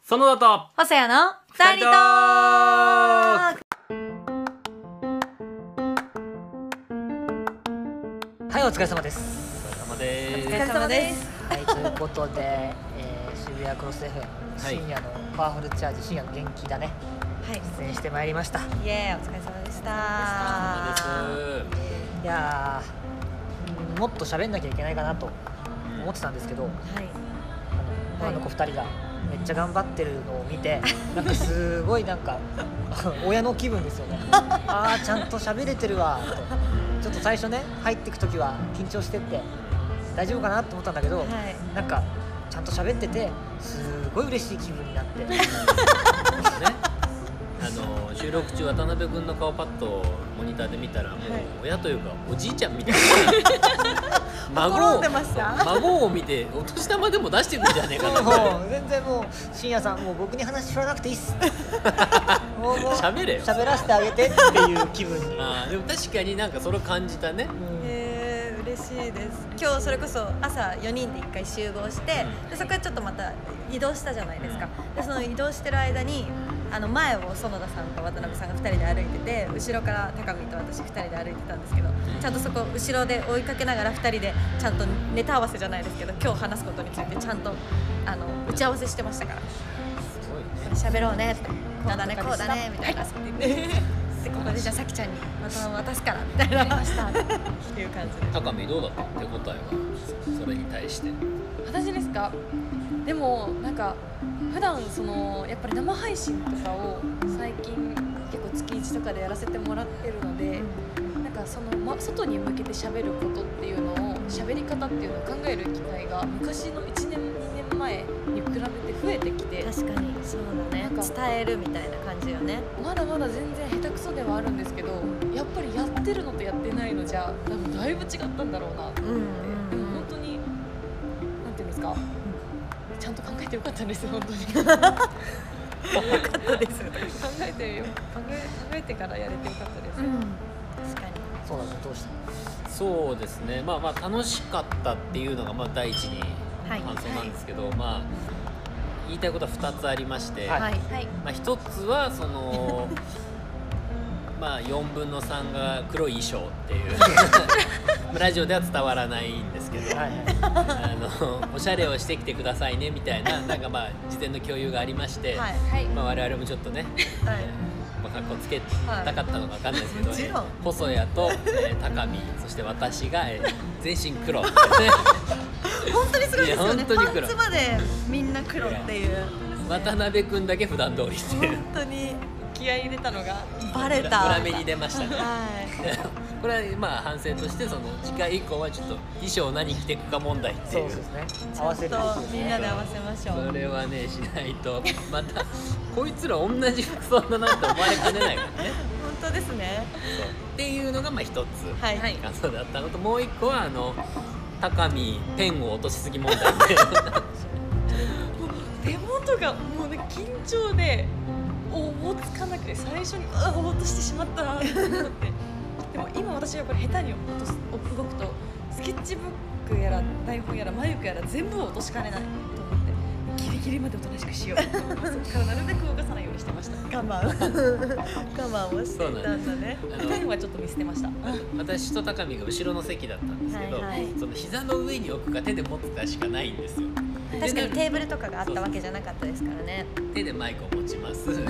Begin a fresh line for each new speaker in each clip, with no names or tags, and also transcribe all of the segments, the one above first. そのだと
細谷の二人とーク
はい、お疲れ様です。
お疲れ様で
お
す
疲れ様です
はい、ということで、えー、渋谷クロス FM、
い
深夜のパワフルチャージ、深夜の元気だね、
はい
出演してまいりました。
イエーイお疲れ様でした
いやー、もっと喋んなきゃいけないかなと思ってたんですけど、
はい
あの
は
あ
い
の子二人がめっちゃ頑張ってるのを 見て、なんかすごいなんか 親の気分で すよね。あー、ちゃんと喋れてるわと。ちょっと最初ね、入ってく時は緊張してって大丈夫かなと思ったんだけど。
はい
なんかちゃんと喋っててすごい嬉しい気分になって
ねあの収録中渡辺君の顔パッとモニターで見たらもう
はい
親というかおじいちゃん みたいな
転
孫
ん
を
でました
孫を見てお年玉でも出してくんじゃねえかな
もう全然もう深夜さんもう僕に話振らなくていいっ すもうもう
喋れよ
喋らせてあげてっていう気分に、
あーでも確かになんかそれを感じたね
うん
えー、嬉しいです今日それこそ朝4人で1回集合して、でそこからちょっとまた移動したじゃないですか、でその移動してる間にあの前を園田さんと渡辺さんが2人で歩いてて後ろから高見と私2人で歩いてたんですけどちゃんとそこ後ろで追いかけながら2人でちゃんとネタ合わせじゃないですけど今日話すことについてちゃんとあの打ち合わせしてましたからこ
すごいね
れ喋ろうねってこうだねこうだねみたいなでここでじゃあさきちゃんにまた渡すからみたいなっていう感じで。
高見どうだった手応えはそれに対して
私ですかでもなんか普段そのやっぱり生配信とかを最近結構月1とかでやらせてもらってるのでなんかその、ま、外に向けて喋ることっていうのを喋り方っていうのを考える機会が昔の1年2年前に比べて増えてきて
確かにそうだね
なんか
伝えるみたいな感じよね
まだまだ全然下手くそではあるんですけどやっぱりやってるのとやってないのじゃ多分だいぶ違ったんだろうな
うんうん
でも本当になんていうんですか、ちゃんと考えてよかったです 本当に考
そうです
えてよ考え考えてからやれてよかったです、
確かに
そうだねどうした
そうですねまあまあ楽しかったっていうのがまあ第一に
は
感
い
想なんですけど、まあ言いたいことは2つありまして、
はい
はい
まあ、1つはそのまあ4分の3が黒い衣装っていう ラジオでは伝わらないんですけど、
はいはい
あのおしゃれをしてきてくださいねみたいななんかまあ事前の共有がありまして、
はい
はい
まあ、我々もちょっとね
はい
まあ、かっこつけたかったのかわかんないですけど、
はいもちろん
えー細谷と、えー高見そして私が、えー全身黒 ってね
本当にすごいですよね
いや本当に
パ
黒
ンツまでみんな黒っていう
渡辺君だけ普段通りして
本当に
気合い入れたのが
バレた
裏目に出ましたね
は
これはまあ反省としてその次回以降はちょっと衣装何着てくか問題って
そ
いうう
ですね
い
合わせる
ちょっとみんなで合わせましょ
そうれはねしないとまたこいつら同じ服装だなって思われかねないからね
本当ですね
っていうのがまあ一つ
はい
はい
感想だったのともう一個はあの高見ペンを落としすぎ問題 で
手元がもうね緊張でおぼつかなくて最初にあおぼっとしてしまったなって思ってでも今私はこれ下手に落とす動くとスケッチブックやら台本やら眉毛やら全部を落としかねないと思ってギリギリまでおとなしくしようと思ってそこからなるべく動かさないようにしてました
我慢 我慢をしていたんだね
あ
ペン
の
はちょっと見捨てました
私と高見が後ろの席だったんですけど、
はいはい
その膝の上に置くか手で持つかしかないんですよ
確かに
で
テーブルとかがあったわけじゃなかったですからね
手でマイクを持ちますで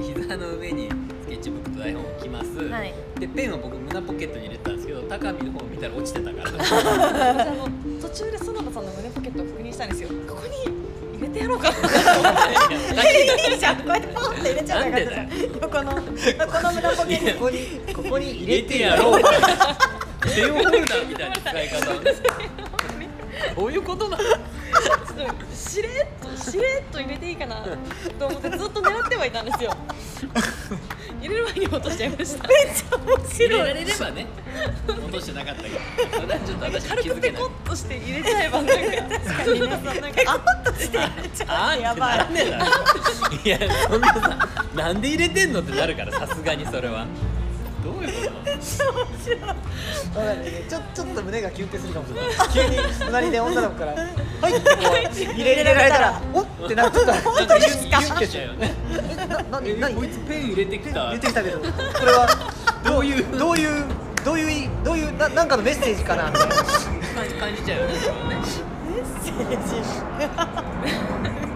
膝の上にスケッチブックと台本を置きます、
はい
でペンを僕胸ポケットに入れてたんですけど高見の方を見たら落ちてたから
私あの途中で園田さんの胸ポケットを確認したんですよここに入れてやろうかな
いいじゃんこうやってポンって入れちゃう
なんでだよ
横の横の胸ポケに
ここにここに入
入
れ
れ
て
て
や
や
ろう
ろうペンホルダーみたいな使い方を ねどういうこと なの
ちょっとしれっとしれっと入れていいかなと思ってずっと狙ってはいたんですよ入れる前に落としちゃいました
入れられればね落としてなかったけどそれはちょっと私は
軽
気
く
づけ
ペ
な
コ
い
ッとして入れちゃえばなんか確かになんか
あー
やばい
ってなんねえだろいやそんなさなんで入れてんのってなるからさすがにそれはどういうこと
わかんないねちょちょっと胸がキュンってするかもしれない 急に隣で女の子から「はい」ってこう入れ入れられたら「おっ!」ってなっちゃった
本当ですか
キュンってしちゃうよねえな
え
何何
こいつペン入れてきた
出てきたけどこれはどういうどういうどういうどういうななんかのメッセージかなみたいな
感じ感じちゃうよねそれはね
めっ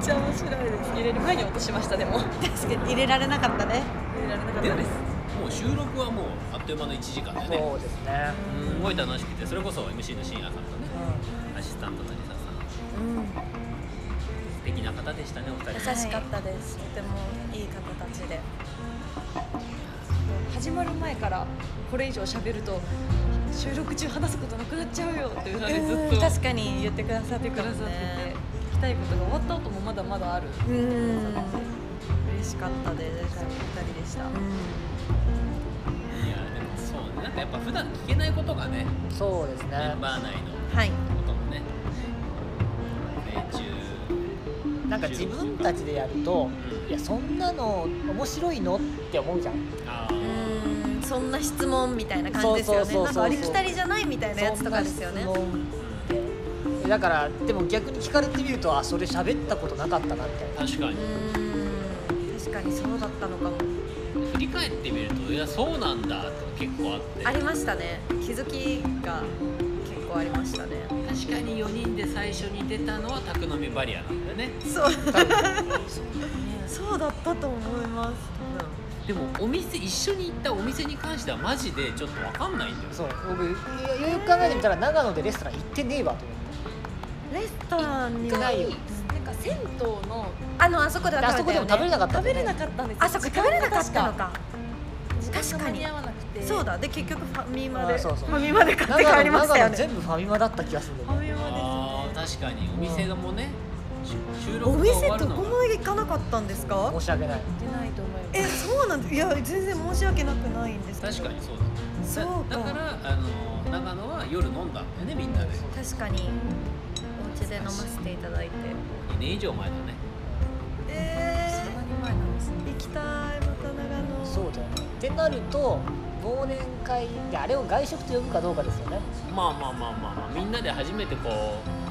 ちゃ面白いです入れる前に落としましたでも入
確かに入れられなかったね
れられなかっ
で
た
も
です
もう収録はもうあっという間の1時間だよね
そうですね、
すごい楽しくてそれこそ MC の深夜さんとね
う
アシスタントのリサさん
う
素
ん
敵な方でしたねお二
優
人
しかったですとてもいい方たちで
始まる前からこれ以上喋ると収録中話すことなくなっちゃうよっていうのでずっと言っ
確かに言ってくださってて
くださってて聞きたいことが終わった後もまだまだある
うん嬉しかったです
二人でした
いやでもそうねなんかやっぱ普段聞けないことがね
ん、そうです
メ
ね
ンバー内の
はい
こともね命中
なんか自分たちでやると「いやそんなの面白いの?」って思うじゃん
あ
う
ー
ーんそんな質問みたいな感じですよ
そうそうそう
ねな
そう
んかありきたりじゃないみたいなやつとかですよね
そんな質問ってだからでも逆に聞かれてみるとあそれ喋ったことなかったなみたいな
確か
う
に
ーん確かにそうだったのかも
振り返ってみるといやそうなんだって結構あって
ありましたね気づきが結構ありましたね
確かに4人で最初に出たのは宅飲みバリアなんだよね
そうそうだったと思います
でもお店一緒に行ったお店に関してはマジでちょっと分かんないんだよ
そう僕よよく考えてみたら長野でレストラン行ってねえわと思っ
レストランに
てないよ
なんか銭湯の
あのあそこで
あそこでも食べれなかった
食
んだ
べ
よね
れなかったんですよ
あそこ食べれなかったのか
時間が間に合わなくて
そうだで結局ファミマ
あ
で
そうそう
ファミマで買 って帰りましたよ
長野長野
ね
全部ファミマだった気がするんだよね
ファミマ
あ
ですね
ー確かにお店がもうねし収
お
録が
店
終わる
ど
の
こ
が
も行かなかったんですか
申し訳ない
出ないと思います
えそうなんですいや全然申し訳なくないんですけど
確かにそう
そ
だ
う
ねだ
か
だからあの長野は夜飲んだんだよねみんなで
確かにお家で飲ませていただいて
2年以上前だね
え
そんなに前なんですね
ー、行きたいまた長野
そうだよねってなると忘年会であれを外食と呼ぶかどうかですよね
まあまあまあまあ、まあ、みんなで初めてこ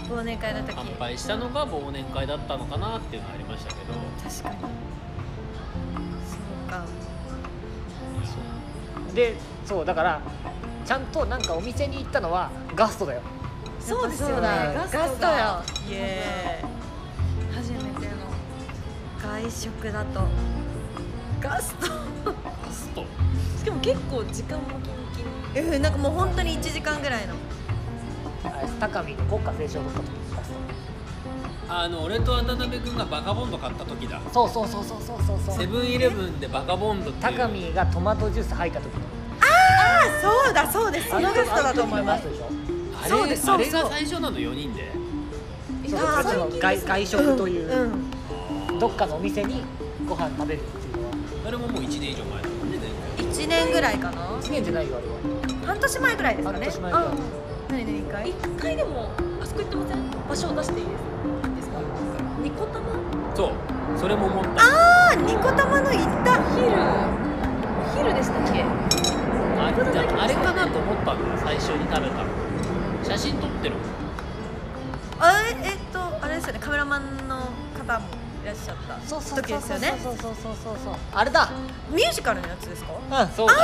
う
忘年会の時
乾杯したのが忘年会だったのかなっていうのはありましたけど
確かにそうか
でそうだからちゃんとなんかお店に行ったのはガストだよ
そうですよね
やっぱそうだ
ガ
ガストよイエ
初めての
ーイ外食だとガスト
ガスト
しかも結構時間もキンキン
えー、なんかもう本当に1時間ぐらいの
あれ高見の国家斉唱の時にガス
あの俺と渡辺君がバカボンド買った時だ
トそうそうそうそうそうそうそ
セ
う
ブンイレブンでバカボンドっていう
高見がトマトジュース吐いた時
あそうだそうですそのガストだと思います
あの時のガストでしょ
あれ
そうですそう
あれ
そう
が最初なの4人で
そう
あー
その
最近
外外食という、
んん
どっかのお店にご飯食べるっていうのは
あれももう1年以上前だもんね全然
1年ぐらいかな
1年じゃないよあれは
半年前ぐらいですかね
半年前ぐらい
あ何何一回
一回でもあそこ行ってません場所を出していいですかニコタマ
そうそれも思った
あニコ玉の行った
お昼お昼でしたっけ
ああれかなと思ったんだよ最初に食べたの写真撮ってるもん
あええっとあれですよねカメラマンの方もいらっしゃった
そうそうそう
時です
そ
よ
う
ね
そうそうそうそうそうあれだ
ミュージカルのやつですか
うん
そうだ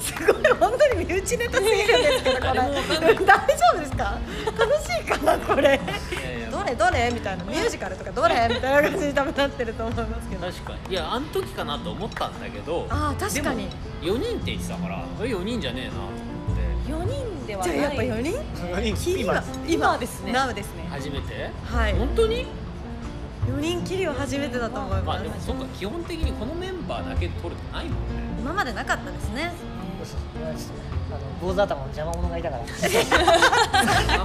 すごい本当に身内ネタすぎるん ですけどこれ
誰もわかんない
大丈夫ですか楽しいかなこれ
いやいや
どれどれみたいなミュージカルとかどれみたいな感じに多分なってると思いますけど
確かにいやあの時かなと思ったんだけど
あー確かに
4人って言ってたからそれ4人じゃねえなと思って
四人では
じゃ
な
あ
い
やっぱ4人
今
今ですね
なおですね
初めて
はい
本当に
4人きりは初めてだと思い
ま
ま
あ
す
でもそっか基本的にこのメンバーだけで撮るってないもんね
今までなかったですね
あの坊主頭の邪魔者がいたから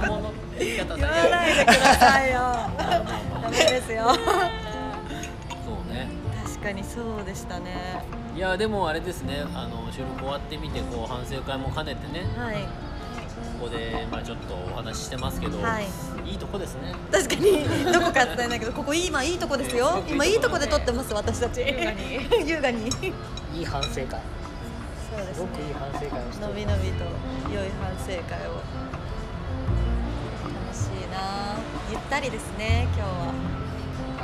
魔物の言い方
言わ
だ
ないでくださ いよ
まあまあま
ダ
あ
メですよ
そうね
確かにそうでしたね
いやでもあれですねあの収録終わってみてこう反省会も兼ねてね
はい
ここでまあちょっとお話ししてますけど、
はい
いとこですね
確かにどこか伝えないけどここ今いいとこですよ今いいとこで撮ってます私たち
優雅に
優雅に
いい反省会
そうです
すご
ね
くいい反省会をして
のびのびと良い反省会を楽しいなゆったりですね今日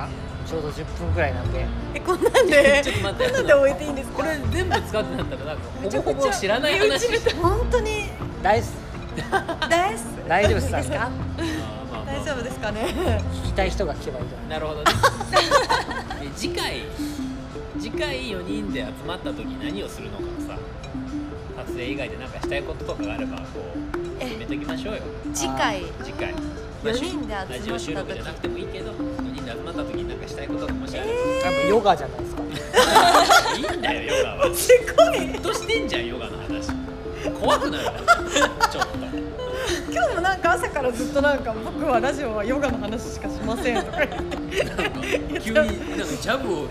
は
あちょうど10分ぐらいなんで
えこんなん で
ちょっと待って
こんなんで置いていいんですか
これ全部使ってなかったらなんかほぼほぼ知らない話して
本当に
大す
大好き
大丈夫っす
ですか
あーまあまあ
大丈夫ですかね
聞きたい人が聞けばいいと思う
なる ほどねで次回次回4人で集まった時何をするのかさ撮影以外で何かしたいこととかがあればこう
え
決めておきましょうよ
次回
次回
四人で集まった時
ラジオ収録じゃなくてもいいけど4人で集まった時に何かしたいことがもしあれ
多分ヨガじゃないですか
ば、いいんだよヨガは
すごい
ずっとしてんじゃんヨガの話怖くなるわちょっと
今日もなんか朝からずっとなんか僕はラジオはヨガの話しかしませんとか言って
急になんかジャブを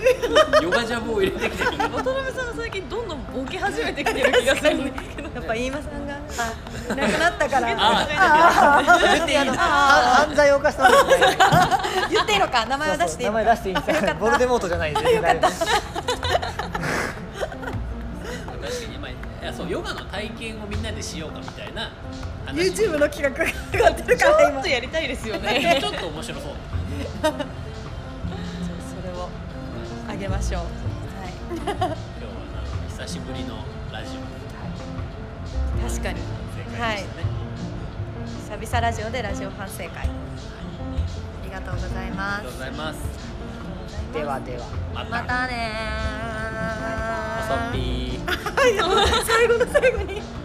ヨガジャブを入れてきてる
渡辺さんが最近どんどんボケ始めてきてる気がするんですけど
やっぱ飯間さんがあいなくなったから
あ
あ
言っていいんだ
は犯罪を犯したんですね
あ言っていいのか名前を出していい
名
の
前
か
出していいんですかボルデモートじゃないですよか
確かに、まあ、いやそうヨガの体験をみんなでしようかみたいな話
YouTube の企画が上がってる
ち
か
ょ
ら
っ
今
とやりたいですよね
ちょっと面白そう
それをあげましょうは
今日はなんか久しぶりのラジオ
い確かに
正解でしたね、
久々ラジオでラジオ反省会ありがとうござい
あ
ま
りがとうご
す
ざいます
ではでは
また
またね
おそっぴー
ー最後の最後に